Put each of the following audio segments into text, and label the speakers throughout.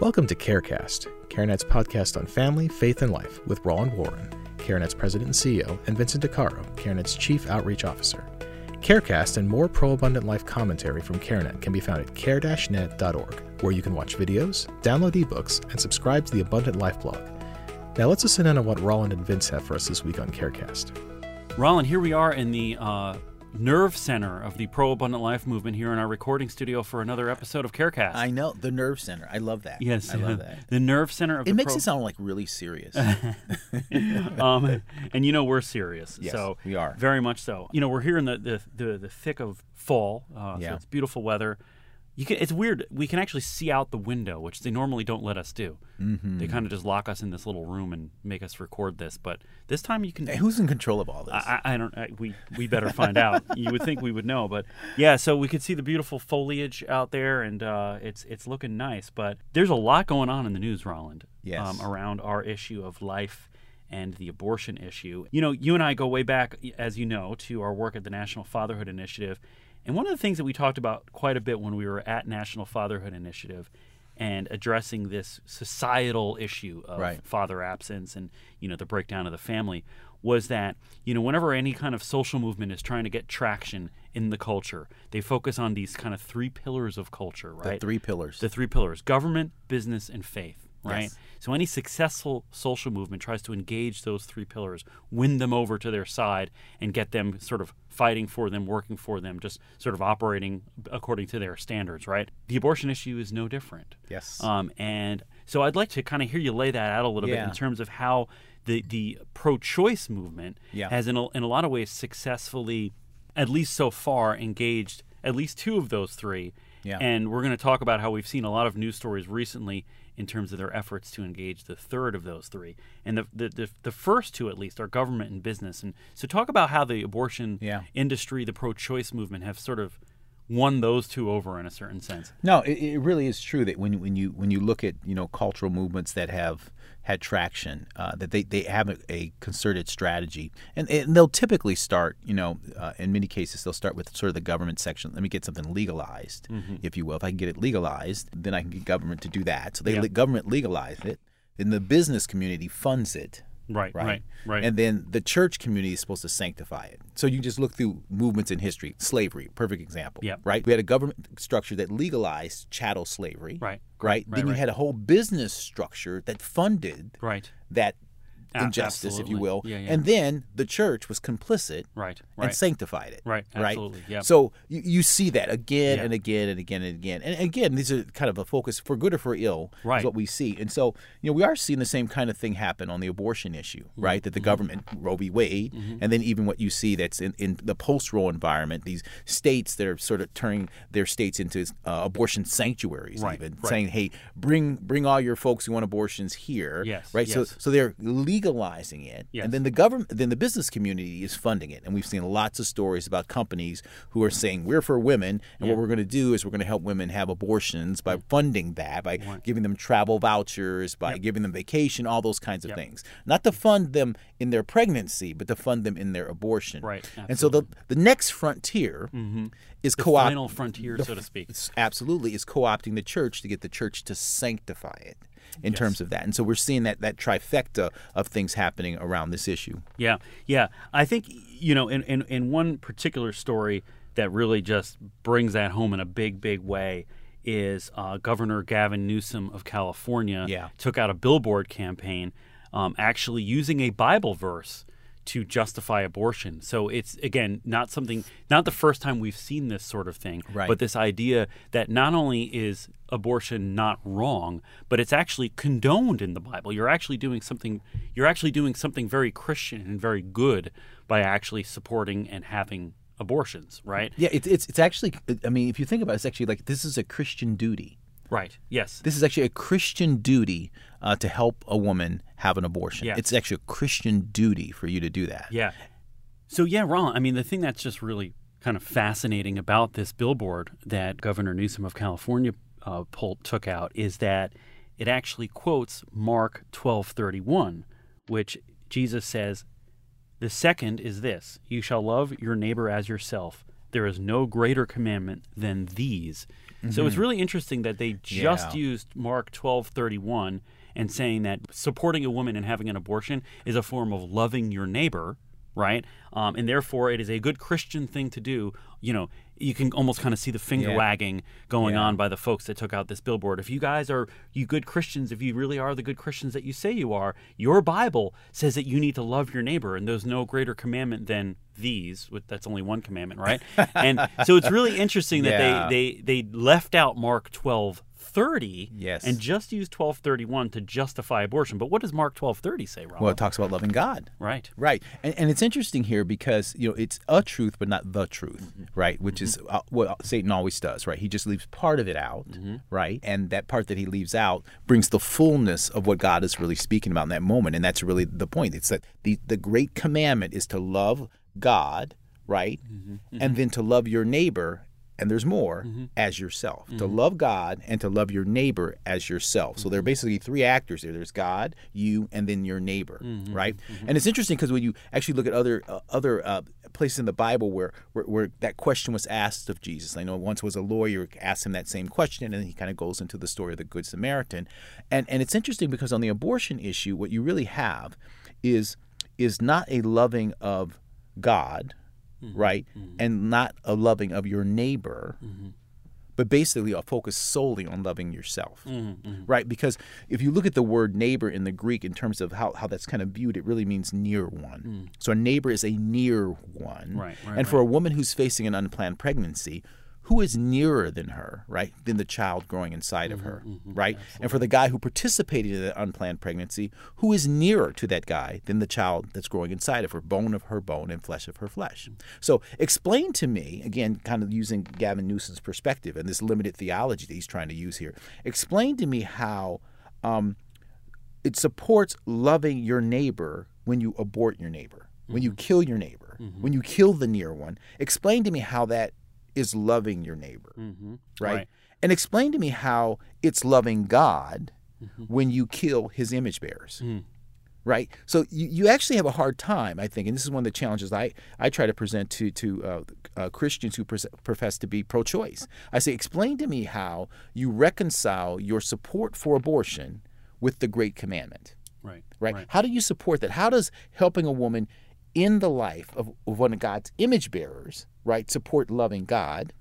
Speaker 1: Welcome to CareCast, CareNet's podcast on family, faith, and life with Roland Warren, CareNet's president and CEO, and Vincent DeCaro, CareNet's chief outreach officer. CareCast and more pro abundant life commentary from CareNet can be found at care net.org, where you can watch videos, download ebooks, and subscribe to the Abundant Life blog. Now let's listen in on what Roland and Vince have for us this week on CareCast.
Speaker 2: Roland, here we are in the uh, nerve center of the pro abundant life movement here in our recording studio for another episode of CareCast.
Speaker 3: I know the nerve center. I love that.
Speaker 2: yes,
Speaker 3: I love that.
Speaker 2: the nerve center of
Speaker 3: It
Speaker 2: the
Speaker 3: makes
Speaker 2: pro-
Speaker 3: it sound like really serious.
Speaker 2: um, and you know we're serious.
Speaker 3: Yes,
Speaker 2: so
Speaker 3: we are.
Speaker 2: very much so. You know we're here in the the, the, the thick of fall. Uh, so
Speaker 3: Yeah.
Speaker 2: it's beautiful weather. You can, it's weird. We can actually see out the window, which they normally don't let us do. Mm-hmm. They kind of just lock us in this little room and make us record this. But this time you can.
Speaker 3: Hey, Who's in control of all this?
Speaker 2: I, I I don't. I, we we better find out. You would think we would know, but yeah. So we could see the beautiful foliage out there, and uh, it's it's looking nice. But there's a lot going on in the news, Roland. Um,
Speaker 3: Yes.
Speaker 2: around our issue of life and the abortion issue. You know, you and I go way back, as you know, to our work at the National Fatherhood Initiative, and one of the things that we talked about quite a bit when we were at National Fatherhood Initiative. And addressing this societal issue of
Speaker 3: Right.
Speaker 2: father absence and you know the breakdown of the family was that you know whenever any kind of social movement is trying to get traction in the culture they focus on these kind of three pillars of culture
Speaker 3: the
Speaker 2: right
Speaker 3: three pillars.
Speaker 2: the three pillars government business and faith right
Speaker 3: Yes.
Speaker 2: so any successful social movement tries to engage those three pillars win them over to their side and get them sort of fighting for them working for them just sort of operating according to their standards right the abortion issue is no different
Speaker 3: yes.
Speaker 2: um, and so I'd like to kind of hear you lay that out a little bit
Speaker 3: Yeah.
Speaker 2: in terms of how the, the pro choice movement
Speaker 3: Yeah.
Speaker 2: has, in a, in a lot of ways, successfully, at least so far, engaged at least two of those three.
Speaker 3: Yeah.
Speaker 2: And we're going to talk about how we've seen a lot of news stories recently in terms of their efforts to engage the third of those three. And the, the, the, the first two, at least, are government and business. And so talk about how the abortion
Speaker 3: Yeah.
Speaker 2: industry, the pro choice movement, have sort of won those two over in a certain sense.
Speaker 3: No, it, it really is true that when when you when you look at you know cultural movements that have had traction, uh, that they, they have a, a concerted strategy, and, and they'll typically start you know uh, in many cases they'll start with sort of the government section. Let me get something legalized,
Speaker 2: Mm-hmm.
Speaker 3: if you will. If I can get it legalized, then I can get government to do that. So they
Speaker 2: Yeah.
Speaker 3: let government legalize it, then the business community funds it.
Speaker 2: Right,
Speaker 3: Right.
Speaker 2: right, right.
Speaker 3: And then the church community is supposed to sanctify it. So you just look through movements in history. Slavery, perfect example.
Speaker 2: Yep.
Speaker 3: Right? We had a government structure that legalized chattel slavery.
Speaker 2: Right.
Speaker 3: Right.
Speaker 2: Right,
Speaker 3: then you
Speaker 2: right.
Speaker 3: had a whole business structure that funded
Speaker 2: right.
Speaker 3: that
Speaker 2: A-
Speaker 3: injustice, if you
Speaker 2: absolutely.
Speaker 3: will.
Speaker 2: Yeah, yeah.
Speaker 3: And then the church was complicit
Speaker 2: Right,
Speaker 3: and
Speaker 2: right.
Speaker 3: sanctified it.
Speaker 2: Right,
Speaker 3: Right.
Speaker 2: absolutely, yeah.
Speaker 3: So you, you see that again
Speaker 2: Yeah.
Speaker 3: and again and again and again. And again, these are kind of a focus for good or for ill
Speaker 2: Right.
Speaker 3: is what we see. And so, you know, we are seeing the same kind of thing happen on the abortion issue,
Speaker 2: Mm-hmm.
Speaker 3: right? That the government, Roe v. Wade, and then even what you see that's in, in the post Roe environment, these states that are sort of turning their states into uh, abortion sanctuaries,
Speaker 2: Right,
Speaker 3: even
Speaker 2: right.
Speaker 3: saying, hey, bring bring all your folks who want abortions here.
Speaker 2: Yes,
Speaker 3: Right. So
Speaker 2: yes.
Speaker 3: so they're legalizing it,
Speaker 2: Yes.
Speaker 3: and then the government, then the business community is funding it. And we've seen lots of stories about companies who are saying we're for women, and what we're going to do is we're going to help women have abortions by funding that, by giving them travel vouchers, by giving them vacation, all those kinds of things. Not to fund them in their pregnancy, but to fund them in their abortion.
Speaker 2: Right,
Speaker 3: And so the the next frontier is co-op.
Speaker 2: final frontier, so to speak.
Speaker 3: It's- absolutely is co-opting the church to get the church to sanctify it in terms of that and so we're seeing that that trifecta of things happening around this issue
Speaker 2: Yeah, yeah. I think you know, in, in in one particular story that really just brings that home in a big, big way is uh, Governor Gavin Newsom of California.
Speaker 3: Yeah.
Speaker 2: took out a billboard campaign, um, actually using a Bible verse to justify abortion. So it's again not something, not the first time we've seen this sort of thing,
Speaker 3: Right.
Speaker 2: but this idea that not only is abortion not wrong, but it's actually condoned in the Bible. You're actually doing something you're actually doing something very Christian and very good by actually supporting and having abortions, right?
Speaker 3: yeah it's it's, it's actually i mean if you think about it it's actually like this is a christian duty
Speaker 2: Right. Yes.
Speaker 3: this is actually a christian duty uh, to help a woman have an abortion
Speaker 2: Yeah.
Speaker 3: it's actually a christian duty for you to do that
Speaker 2: Yeah. So yeah, Ron. I mean, the thing that's just really kind of fascinating about this billboard that Governor Newsom of California uh, pulled, took out is that it actually quotes Mark twelve thirty one, which Jesus says, "The second is this: you shall love your neighbor as yourself. There is no greater commandment than these." So it's really interesting that they just
Speaker 3: Mm-hmm. Yeah.
Speaker 2: used Mark 12:31 and saying that supporting a woman and having an abortion is a form of loving your neighbor, right? Um, and therefore, it is a good Christian thing to do. You know, you can almost kind of see the finger
Speaker 3: Yeah.
Speaker 2: wagging going
Speaker 3: Yeah.
Speaker 2: on by the folks that took out this billboard. If you guys are you good Christians, if you really are the good Christians that you say you are, your Bible says that you need to love your neighbor, and there's no greater commandment than these. with- That's only one commandment, right? and so it's really interesting that
Speaker 3: Yeah.
Speaker 2: they they they they left out Mark twelve thirty
Speaker 3: Yes.
Speaker 2: and just used twelve thirty one to justify abortion. But what does Mark twelve thirty say, Rob?
Speaker 3: Well, it talks about loving God.
Speaker 2: right.
Speaker 3: Right, and, and it's interesting here because you know it's a truth, but not the truth, right? Which is uh, what Satan always does, right? He just leaves part of it out, right? And that part that he leaves out brings the fullness of what God is really speaking about in that moment, and that's really the point. It's that the the great commandment is to love God, right, and then to love your neighbor. And there's more as yourself. To love God and to love your neighbor as yourself. So there are basically three actors there. There's God, you, and then your neighbor, right? And it's interesting because when you actually look at other uh, other uh, places in the Bible where, where where that question was asked of Jesus, I know once was a lawyer asked him that same question, and he kind of goes into the story of the Good Samaritan, and and it's interesting because on the abortion issue, what you really have is is not a loving of God,
Speaker 2: Mm-hmm.
Speaker 3: right? And not a loving of your neighbor,
Speaker 2: Mm-hmm.
Speaker 3: but basically a focus solely on loving yourself,
Speaker 2: Mm-hmm.
Speaker 3: right? Because if you look at the word neighbor in the Greek in terms of how, how that's kind of viewed, it really means near one. So a neighbor is a near one.
Speaker 2: Mm. Right, right,
Speaker 3: and for a woman who's facing an unplanned pregnancy, who is nearer than her, right? Than the child growing inside
Speaker 2: Mm-hmm.
Speaker 3: of her, right? And for the guy who participated in the unplanned pregnancy, who is nearer to that guy than the child that's growing inside of her, bone of her bone and flesh of her flesh? So explain to me, again, kind of using Gavin Newsom's perspective and this limited theology that he's trying to use here, explain to me how um, it supports loving your neighbor when you abort your neighbor, when you kill your neighbor, when you kill the near one. Explain to me how that is loving your neighbor,
Speaker 2: Mm-hmm.
Speaker 3: right?
Speaker 2: Right.
Speaker 3: And explain to me how it's loving God when you kill his image bearers. Right, so you, you actually have a hard time, I think, and this is one of the challenges I, I try to present to to uh, uh, Christians who pres- profess to be pro-choice. I say, explain to me how you reconcile your support for abortion with the Great Commandment
Speaker 2: Right.
Speaker 3: right? How do you support that? How does helping a woman in the life of, of one of God's image bearers, right, support loving God?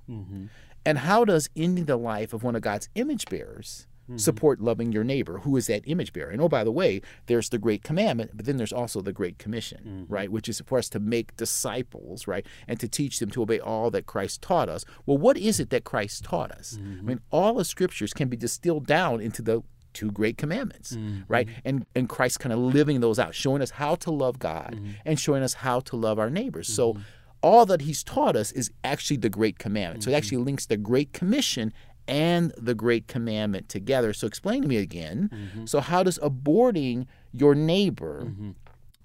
Speaker 3: And how does ending the life of one of God's image bearers support loving your neighbor, who is that image bearer? And oh, by the way, there's the Great Commandment, but then there's also the Great Commission, right, which is for us to make disciples, right, and to teach them to obey all that Christ taught us. Well, what is it that Christ taught us? I mean, all the scriptures can be distilled down into the two great commandments right and and christ kind of living those out showing us how to love god and showing us how to love our neighbors so all that he's taught us is actually the great commandment so it actually links the great commission and the great commandment together so explain to me again so how does aborting your neighbor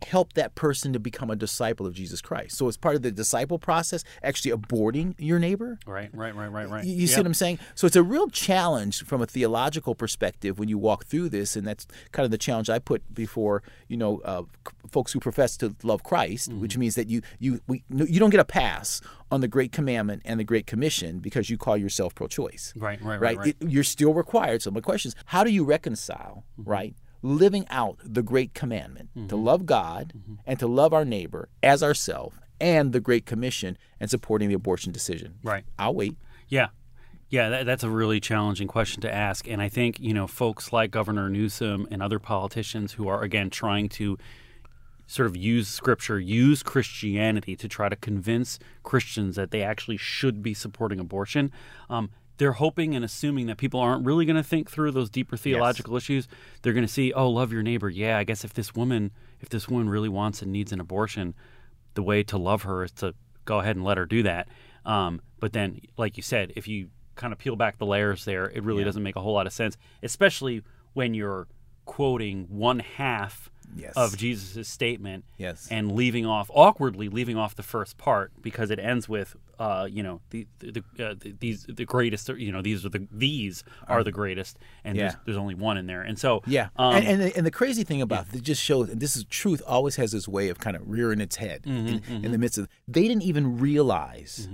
Speaker 3: help that person to become a disciple of jesus christ so as part of the disciple process actually aborting your neighbor
Speaker 2: Right. Right. Right. Right. Right.
Speaker 3: you, you see
Speaker 2: Yep.
Speaker 3: what I'm saying? So it's a real challenge from a theological perspective when you walk through this, and that's kind of the challenge I put before you know uh, c- folks who profess to love Christ,
Speaker 2: Mm-hmm.
Speaker 3: which means that you you we, no, you don't get a pass on the Great Commandment and the Great Commission because you call yourself pro-choice
Speaker 2: Right. Right. Right.
Speaker 3: right?
Speaker 2: Right.
Speaker 3: It- you're still required. So my question is, how do you reconcile,
Speaker 2: Mm-hmm.
Speaker 3: right, living out the great commandment to love God
Speaker 2: Mm-hmm.
Speaker 3: and to love our neighbor as ourselves and the great commission and supporting the abortion decision?
Speaker 2: Right.
Speaker 3: I'll wait.
Speaker 2: Yeah. Yeah, that, that's a really challenging question to ask. And I think, you know, folks like Governor Newsom and other politicians who are, again, trying to sort of use scripture, use Christianity to try to convince Christians that they actually should be supporting abortion. Um, they're hoping and assuming that people aren't really going to think through those deeper theological issues. They're going to see, oh, love your neighbor. Yeah, I guess if this woman, if this woman really wants and needs an abortion, the way to love her is to go ahead and let her do that. Um, but then, like you said, if you kind of peel back the layers there, it really doesn't make a whole lot of sense, especially when you're quoting one half
Speaker 3: Yes.
Speaker 2: of Jesus' statement
Speaker 3: Yes.
Speaker 2: and leaving off awkwardly leaving off the first part because it ends with uh, you know the, the, the, uh, the these the greatest you know these are the these are the greatest and
Speaker 3: Um, yeah.
Speaker 2: there's, there's only one in there and so
Speaker 3: Yeah,
Speaker 2: um,
Speaker 3: and, and the- and the crazy thing about it just shows, and this is truth, always
Speaker 2: Mm-hmm,
Speaker 3: has this way of kind of rearing its head in, in the midst of. They didn't even realize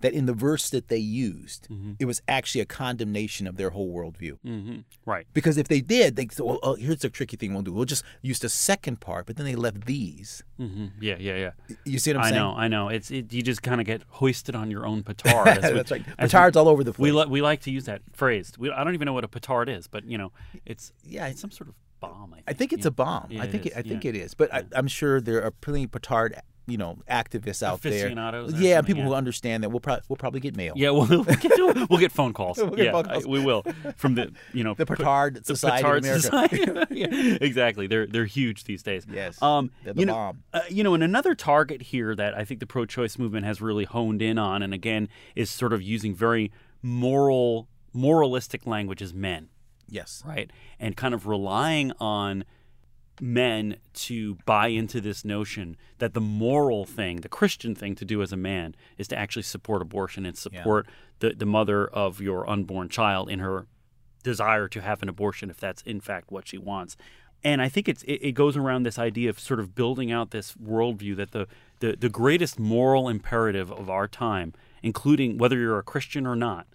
Speaker 3: that in the verse that they used,
Speaker 2: Mm-hmm.
Speaker 3: it was actually a condemnation of their whole worldview.
Speaker 2: hmm Right.
Speaker 3: Because if they did, they said, well, oh, here's the tricky thing we'll do. We'll just use the second part, but then they left these.
Speaker 2: hmm Yeah, yeah, yeah.
Speaker 3: You see what I'm
Speaker 2: I
Speaker 3: saying?
Speaker 2: know, I know. It's it, you just kind of get hoisted on your own petard. as we-
Speaker 3: That's right.
Speaker 2: as
Speaker 3: Petards all over the
Speaker 2: We,
Speaker 3: place.
Speaker 2: we, li- we like to use that phrase. We, I don't even know what a petard is, but you know, it's
Speaker 3: yeah,
Speaker 2: it's some sort of bomb. I think,
Speaker 3: I think it's
Speaker 2: yeah.
Speaker 3: a bomb.
Speaker 2: Yeah,
Speaker 3: I
Speaker 2: it
Speaker 3: think
Speaker 2: is.
Speaker 3: it, I think
Speaker 2: Yeah.
Speaker 3: it is. But I, I'm sure there are plenty of petard, you know, activists out there.
Speaker 2: Aficionados or
Speaker 3: Yeah,
Speaker 2: something,
Speaker 3: people
Speaker 2: yeah.
Speaker 3: who understand that. We'll probably we'll probably get mail.
Speaker 2: Yeah, we'll, we'll, get, we'll get phone calls.
Speaker 3: We'll get
Speaker 2: yeah,
Speaker 3: phone
Speaker 2: I-
Speaker 3: calls.
Speaker 2: we will from the you know
Speaker 3: The
Speaker 2: put-
Speaker 3: petard society of
Speaker 2: Petard
Speaker 3: America.
Speaker 2: Society. Yeah, exactly. They're they're huge these days.
Speaker 3: Yes,
Speaker 2: Um,
Speaker 3: they're the
Speaker 2: you know,
Speaker 3: bomb.
Speaker 2: uh, you know, and another target here that I think the pro-choice movement has really honed in on, and again is sort of using very moral moralistic language as men,
Speaker 3: Yes.
Speaker 2: right, and kind of relying on men to buy into this notion that the moral thing, the Christian thing to do as a man is to actually support abortion and support the, the mother of your unborn child in her desire to have an abortion if that's in fact what she wants. And I think it's it, it goes around this idea of sort of building out this worldview that the, the the greatest moral imperative of our time, including whether you're a Christian or not,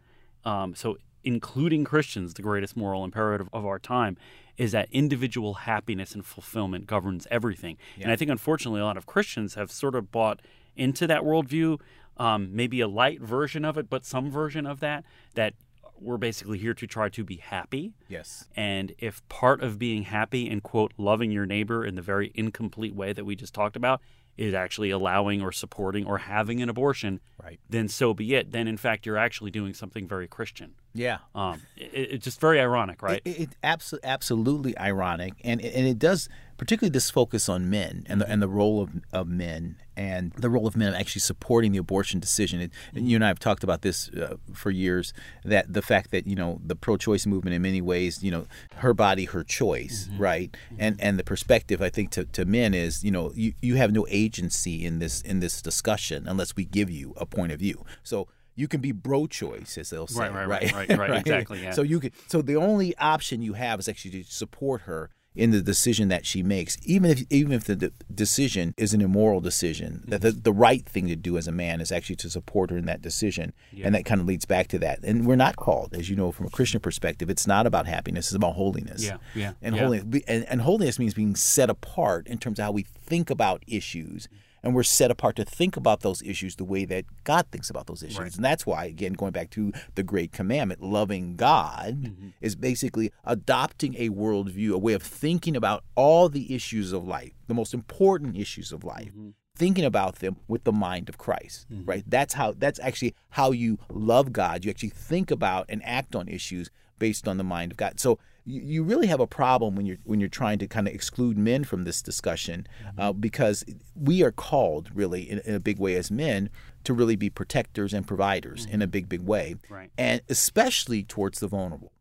Speaker 2: um, so including Christians, the greatest moral imperative of our time is that individual happiness and fulfillment governs everything. And I think unfortunately a lot of Christians have sort of bought into that worldview, um, maybe a light version of it, but some version of that that we're basically here to try to be happy.
Speaker 3: Yes.
Speaker 2: And if part of being happy and, quote, loving your neighbor in the very incomplete way that we just talked about is actually allowing or supporting or having an abortion,
Speaker 3: Right.
Speaker 2: then so be it. Then, in fact, you're actually doing something very Christian.
Speaker 3: Yeah.
Speaker 2: Um, it, it's just very ironic, right?
Speaker 3: It, it, abso- absolutely ironic, and and it does particularly this focus on men and the and the role of, of men and the role of men actually supporting the abortion decision. It, and you and I have talked about this uh, for years that the fact that you know the pro-choice movement in many ways, you know, her body, her choice,
Speaker 2: Mm-hmm.
Speaker 3: right? And and the perspective I think to, to men is you know you, you have no agency in this in this discussion unless we give you a point of view. So. You can be pro-choice, as they'll say,
Speaker 2: Right, right, right, right, right, exactly, yeah.
Speaker 3: So you could. So the only option you have is actually to support her in the decision that she makes, even if even if the de- decision is an immoral decision. That
Speaker 2: Mm-hmm.
Speaker 3: the, the right thing to do as a man is actually to support her in that decision, and that kind of leads back to that. And we're not called, as you know, from a Christian perspective, it's not about happiness; it's about holiness.
Speaker 2: Yeah, yeah,
Speaker 3: And
Speaker 2: yeah.
Speaker 3: holiness, be- and, and holiness means being set apart in terms of how we think about issues. And we're set apart to think about those issues the way that God thinks about those issues. And that's why, again, going back to the great commandment, loving God is basically adopting a worldview, a way of thinking about all the issues of life, the most important issues of life, thinking about them with the mind of Christ,
Speaker 2: Mm-hmm.
Speaker 3: right? That's how, that's actually how you love God. You actually think about and act on issues based on the mind of God. So you, you really have a problem when you're when you're trying to kind of exclude men from this discussion,
Speaker 2: Mm-hmm.
Speaker 3: uh, because we are called really in, in a big way as men to really be protectors and providers in a big big way,
Speaker 2: Mm-hmm. Right.
Speaker 3: and especially towards the vulnerable,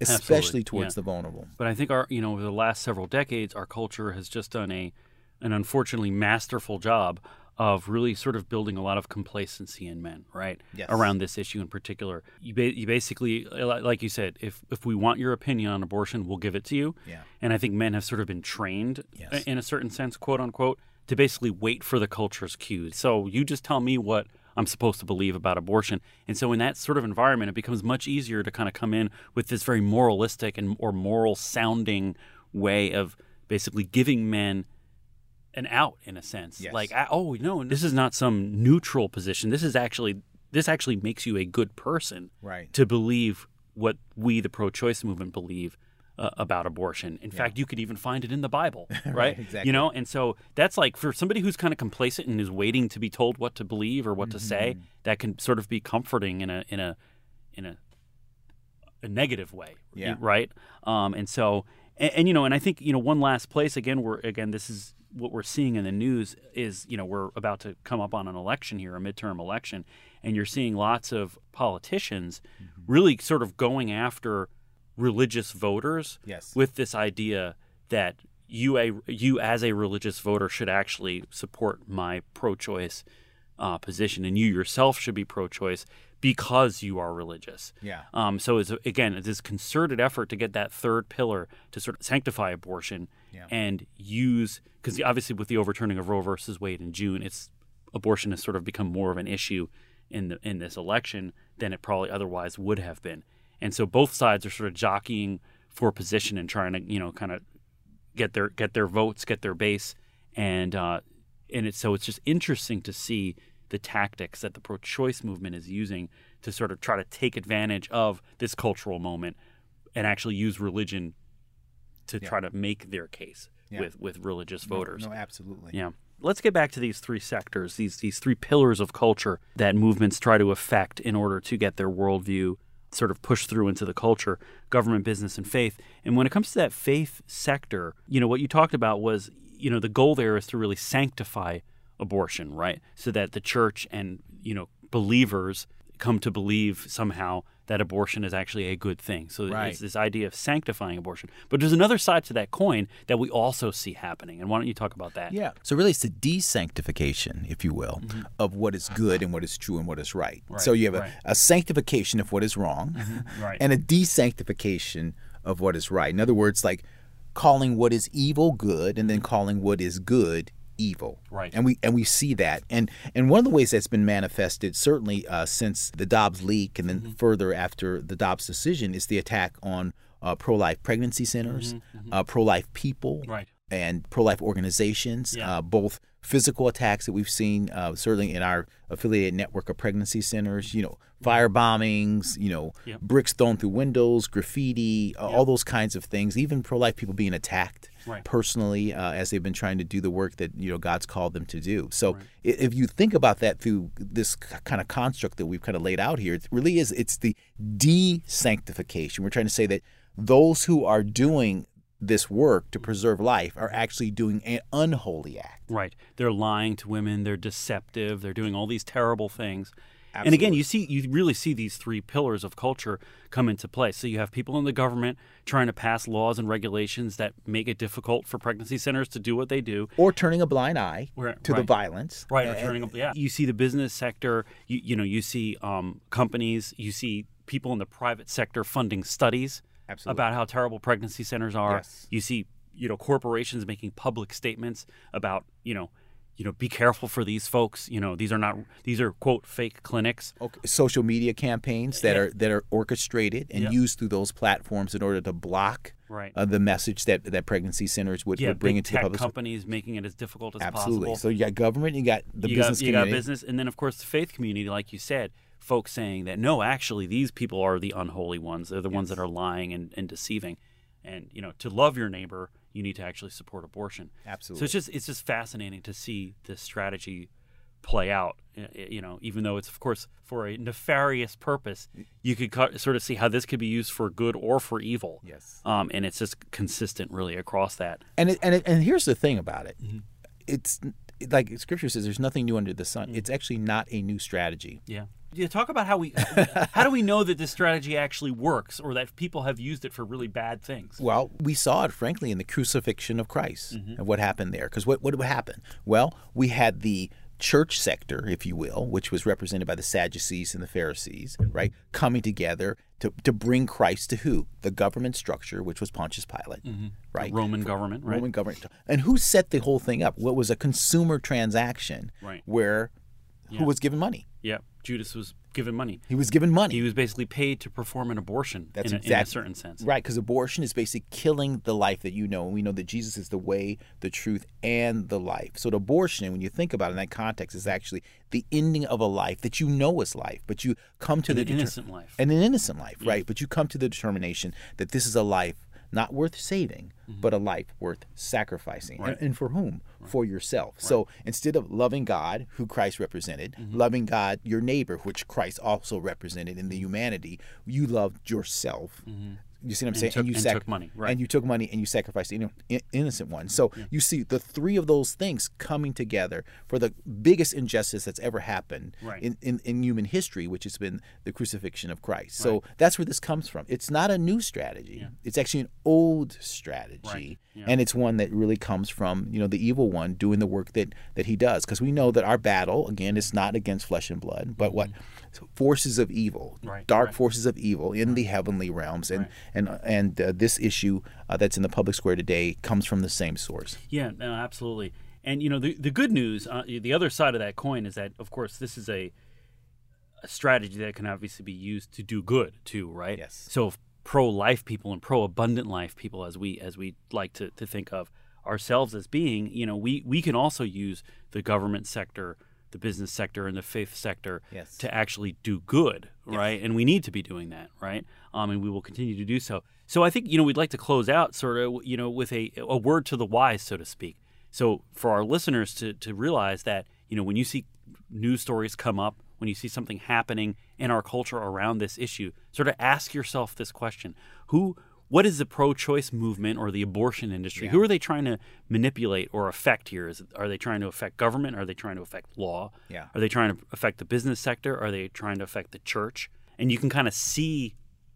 Speaker 3: especially
Speaker 2: Absolutely,
Speaker 3: towards
Speaker 2: yeah.
Speaker 3: the vulnerable.
Speaker 2: But I think our, you know, over the last several decades, our culture has just done a, an unfortunately masterful job of really sort of building a lot of complacency in men, right?
Speaker 3: Yes.
Speaker 2: Around this issue in particular, you, ba- you basically, uh, li- like you said, if if we want your opinion on abortion, we'll give it to you.
Speaker 3: Yeah.
Speaker 2: And I think men have sort of been trained,
Speaker 3: Yes.
Speaker 2: in a certain sense, quote unquote, to basically wait for the culture's cues. So you just tell me what. I'm supposed to believe about abortion. And so in that sort of environment it becomes much easier to kind of come in with this very moralistic and or moral sounding way of basically giving men an out in a sense.
Speaker 3: Yes.
Speaker 2: Like, I, oh no, this is not some neutral position. This is actually this actually makes you a good person
Speaker 3: Right.
Speaker 2: to believe what we, the pro-choice movement, believe uh, about abortion. In fact, you could even find it in the Bible, right?
Speaker 3: exactly.
Speaker 2: You know, and so that's like for somebody who's kind of complacent and is waiting to be told what to believe or what to say,
Speaker 3: Mm-hmm.
Speaker 2: that can sort of be comforting in a in a in a a negative way,
Speaker 3: Yeah.
Speaker 2: right? Um, and so, and, and you know, and I think you know, one last place again, we're again, this is what we're seeing in the news is you know we're about to come up on an election here, a midterm election, and you're seeing lots of politicians
Speaker 3: Mm-hmm.
Speaker 2: really sort of going after religious voters
Speaker 3: Yes.
Speaker 2: with this idea that you a you as a religious voter should actually support my pro-choice uh, position, and you yourself should be pro-choice because you are religious.
Speaker 3: Yeah.
Speaker 2: Um, so it's, again, it's this concerted effort to get that third pillar to sort of sanctify abortion
Speaker 3: Yeah.
Speaker 2: and use because obviously with the overturning of Roe versus Wade in June, it's abortion has sort of become more of an issue in the in this election than it probably otherwise would have been. And so both sides are sort of jockeying for position and trying to you know kind of get their get their votes, get their base, and uh, and it's so it's just interesting to see the tactics that the pro-choice movement is using to sort of try to take advantage of this cultural moment and actually use religion to
Speaker 3: Yeah.
Speaker 2: try to make their case
Speaker 3: Yeah.
Speaker 2: with with religious
Speaker 3: No-
Speaker 2: voters.
Speaker 3: No, absolutely.
Speaker 2: Yeah. Let's get back to these three sectors, these these three pillars of culture that movements try to affect in order to get their worldview sort of pushed through into the culture: government, business, and faith. And when it comes to that faith sector, you know what you talked about was you know the goal there is to really sanctify abortion, right? So that the church and you know believers come to believe somehow that abortion is actually a good thing. So
Speaker 3: Right.
Speaker 2: it's this idea of sanctifying abortion. But there's another side to that coin that we also see happening. And why don't you talk about that?
Speaker 3: Yeah. So really, it's the desanctification, if you will, of what is good and what is true and what is right. so you have a,
Speaker 2: Mm-hmm. right. Mm-hmm.
Speaker 3: a sanctification of what is wrong,
Speaker 2: right.
Speaker 3: and a desanctification of what is right. In other words, like calling what is evil good, and then calling what is good evil.
Speaker 2: Mm-hmm. Right.
Speaker 3: And we and we see that. And and one of the ways that's been manifested, certainly uh, since the Dobbs leak, and then
Speaker 2: Mm-hmm.
Speaker 3: further after the Dobbs decision, is the attack on. Uh, pro-life pregnancy centers,
Speaker 2: Mm-hmm.
Speaker 3: Uh, pro-life people,
Speaker 2: Right.
Speaker 3: and pro-life organizations,
Speaker 2: Yeah.
Speaker 3: uh, both physical attacks that we've seen, uh, certainly in our affiliated network of pregnancy centers, you know, fire bombings, you know,
Speaker 2: Yep.
Speaker 3: bricks thrown through windows, graffiti, uh, all those kinds of things. Even pro-life people being attacked
Speaker 2: Right.
Speaker 3: personally uh, as they've been trying to do the work that you know God's called them to do. So i if you think about that through this k- kind of construct that we've kind of laid out here, it really is it's the de-sanctification. We're trying to say that those who are doing this work to preserve life are actually doing an unholy act.
Speaker 2: Right. They're lying to women. They're deceptive. They're doing all these terrible things. And again, you see, you really see these three pillars of culture come into play. So you have people in the government trying to pass laws and regulations that make it difficult for pregnancy centers to do what they do.
Speaker 3: Or turning a blind eye
Speaker 2: Right,
Speaker 3: to the
Speaker 2: right.
Speaker 3: violence.
Speaker 2: Right. Or turning up, yeah. You see the business sector. You, you know, you see um, companies. You see people in the private sector funding studies
Speaker 3: Absolutely.
Speaker 2: about how terrible pregnancy centers are.
Speaker 3: Yes.
Speaker 2: You see, you know, corporations making public statements about, you know, you know, be careful for these folks. You know, these are not these are quote fake clinics.
Speaker 3: Okay. Social media campaigns that are that are orchestrated and
Speaker 2: Yeah.
Speaker 3: used through those platforms in order to block
Speaker 2: Right.
Speaker 3: uh, the message that, that pregnancy centers would,
Speaker 2: yeah.
Speaker 3: would bring
Speaker 2: big
Speaker 3: into the
Speaker 2: tech
Speaker 3: public.
Speaker 2: companies making it as difficult as
Speaker 3: Absolutely.
Speaker 2: possible.
Speaker 3: So you got government, you got the
Speaker 2: you
Speaker 3: business
Speaker 2: got,
Speaker 3: community.
Speaker 2: You got business, and then of course the faith community, like you said, folks saying that no, actually these people are the unholy ones. They're the ones that are lying and, and deceiving. And you know, to love your neighbor, you need to actually support abortion. So
Speaker 3: Absolutely.
Speaker 2: it's just it's just fascinating to see this strategy play out. y- y- You know, even though it's of course for a nefarious purpose, you could co- sort of see how this could be used for good or for evil.
Speaker 3: Yes.
Speaker 2: Um, and it's just consistent really across that.
Speaker 3: and it, and it, and here's the thing about it.
Speaker 2: Mm-hmm.
Speaker 3: It's n- like scripture says there's nothing new under the sun.
Speaker 2: Mm-hmm.
Speaker 3: It's actually not a new strategy.
Speaker 2: Yeah. Yeah, talk about how we how do we know that this strategy actually works or that people have used it for really bad things?
Speaker 3: Well, we saw it, frankly, in the crucifixion of Christ
Speaker 2: Mm-hmm.
Speaker 3: and what happened there. Because what, what happened? Well, we had the church sector, if you will, which was represented by the Sadducees and the Pharisees, right, coming together to, to bring Christ to who? The government structure, which was Pontius Pilate,
Speaker 2: Mm-hmm.
Speaker 3: right?
Speaker 2: Roman government, right?
Speaker 3: Roman government. And who set the whole thing up? What was a consumer transaction
Speaker 2: Right.
Speaker 3: where who was given money?
Speaker 2: Yeah. Judas was given money.
Speaker 3: He was given money.
Speaker 2: He was basically paid to perform an abortion
Speaker 3: That's
Speaker 2: in, a, in a
Speaker 3: exact-
Speaker 2: certain sense.
Speaker 3: Right, because abortion is basically killing the life that you know. And we know that Jesus is the way, the truth, and the life. So, the abortion, when you think about it in that context, is actually the ending of a life that you know is life, but you come to the
Speaker 2: An
Speaker 3: deter-
Speaker 2: innocent life.
Speaker 3: and an innocent life, right? But you come to the determination that this is a life not worth saving,
Speaker 2: Mm-hmm.
Speaker 3: but a life worth sacrificing. And- And, for whom? For yourself. So instead of loving God, who Christ represented,
Speaker 2: Mm-hmm.
Speaker 3: loving God, your neighbor, which Christ also represented in the humanity, you loved yourself. You see what I'm saying?
Speaker 2: took-
Speaker 3: you
Speaker 2: Mm-hmm. and
Speaker 3: sac-
Speaker 2: took money, right.
Speaker 3: And you took money and you sacrificed the inno- in- innocent one. So you see the three of those things coming together for the biggest injustice that's ever happened
Speaker 2: Right.
Speaker 3: in in, in human history, which has been the crucifixion of Christ. So that's where this comes from. It's not a new strategy. It's actually an old strategy. And it's one that really comes from, you know, the evil one doing the work that, that he does. Because we know that our battle, again, is not against flesh and blood, but what? Forces of evil,
Speaker 2: Mm-hmm. Right,
Speaker 3: dark forces of evil in the heavenly realms. And and, and uh, this issue uh, that's in the public square today comes from the same source.
Speaker 2: Yeah, no, absolutely. And you know, the the good news, uh, the other side of that coin is that, of course, this is a a strategy that can obviously be used to do good too, right?
Speaker 3: Yes.
Speaker 2: So if pro-life people and pro-abundant life people, as we as we like to, to think of ourselves as being, you know, we we can also use the government sector, the business sector, and the faith sector
Speaker 3: Yes.
Speaker 2: to actually do good, right? And we need to be doing that, right? Um, and we will continue to do so. So I think you know we'd like to close out sort of you know with a a word to the wise, so to speak. So for our listeners to to realize that you know when you see news stories come up, when you see something happening in our culture around this issue, sort of ask yourself this question: Who what is the pro-choice movement or the abortion industry? Who are they trying to manipulate or affect here? Is it, are they trying to affect government? Are they trying to affect law?
Speaker 3: Yeah.
Speaker 2: Are they trying to affect the business sector? Are they trying to affect the church? And you can kind of see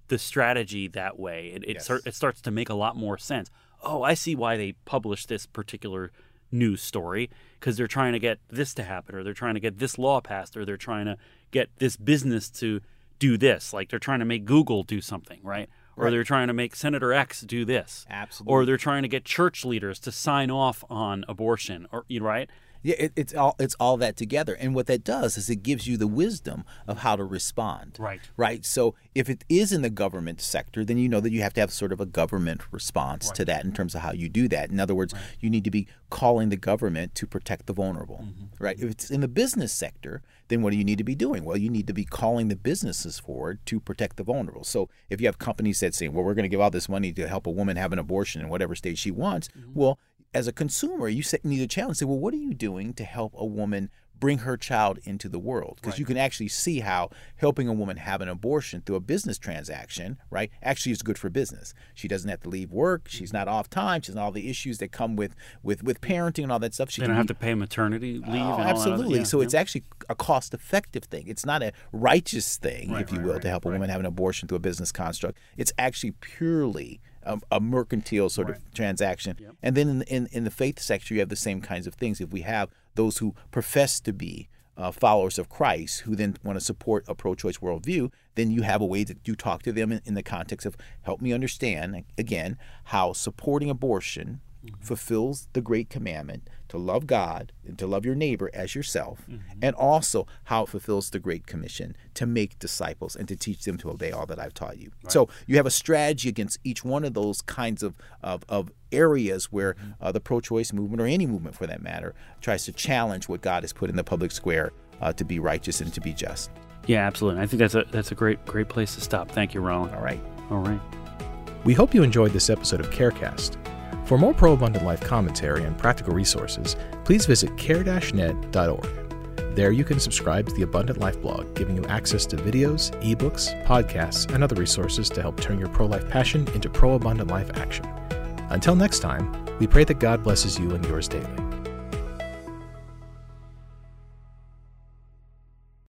Speaker 2: the strategy that way. It, it,
Speaker 3: Yes.
Speaker 2: cer- it starts to make a lot more sense. Oh, I see why they published this particular news story because they're trying to get this to happen, or they're trying to get this law passed, or they're trying to get this business to do this. Like they're trying to make Google do something, right? Or
Speaker 3: Right.
Speaker 2: they're trying to make Senator X do this.
Speaker 3: Absolutely.
Speaker 2: Or they're trying to get church leaders to sign off on abortion, or you know, right?
Speaker 3: Yeah, it, it's all it's all that together, and what that does is it gives you the wisdom of how to respond.
Speaker 2: Right.
Speaker 3: Right. So if it is in the government sector, then you know that you have to have sort of a government response to that in terms of how you do that. In other words, you need to be calling the government to protect the vulnerable. Right. If it's in the business sector, then what do you need to be doing? Well, you need to be calling the businesses forward to protect the vulnerable. So if you have companies that say, "Well, we're going to give all this money to help a woman have an abortion in whatever state she wants," well, as a consumer, you set- need to challenge. Say, well, what are you doing to help a woman bring her child into the world? Because you can actually see how helping a woman have an abortion through a business transaction, right, actually is good for business. She doesn't have to leave work. She's not off time. She's not all the issues that come with with with parenting and all that stuff. She
Speaker 2: They
Speaker 3: can
Speaker 2: don't
Speaker 3: be-
Speaker 2: have to pay maternity leave. and
Speaker 3: Oh,
Speaker 2: all that other-
Speaker 3: absolutely.
Speaker 2: yeah,
Speaker 3: so
Speaker 2: yeah.
Speaker 3: it's actually a cost effective thing. It's not a righteous thing, if you will, to help a woman have an abortion through a business construct. It's actually purely a, a mercantile sort of transaction. And then in, in, in the faith sector, you have the same kinds of things. If we have those who profess to be uh, followers of Christ who then want to support a pro choice worldview, then you have a way that you talk to them in, in the context of help me understand, again, how supporting abortion fulfills the great commandment to love God and to love your neighbor as yourself, and also how it fulfills the great commission to make disciples and to teach them to obey all that I've taught you. So you have a strategy against each one of those kinds of, of, of areas where uh, the pro choice movement, or any movement for that matter, tries to challenge what God has put in the public square uh, to be righteous and to be just.
Speaker 2: Yeah, absolutely. I think that's a that's a great great place to stop. Thank you, Roland.
Speaker 3: All right.
Speaker 2: All right.
Speaker 1: We hope you enjoyed this episode of CareCast. For more pro abundant life commentary and practical resources, please visit care-net.org. There you can subscribe to the Abundant Life blog, giving you access to videos, ebooks, podcasts, and other resources to help turn your pro-life passion into pro-abundant life action. Until next time, we pray that God blesses you and yours daily.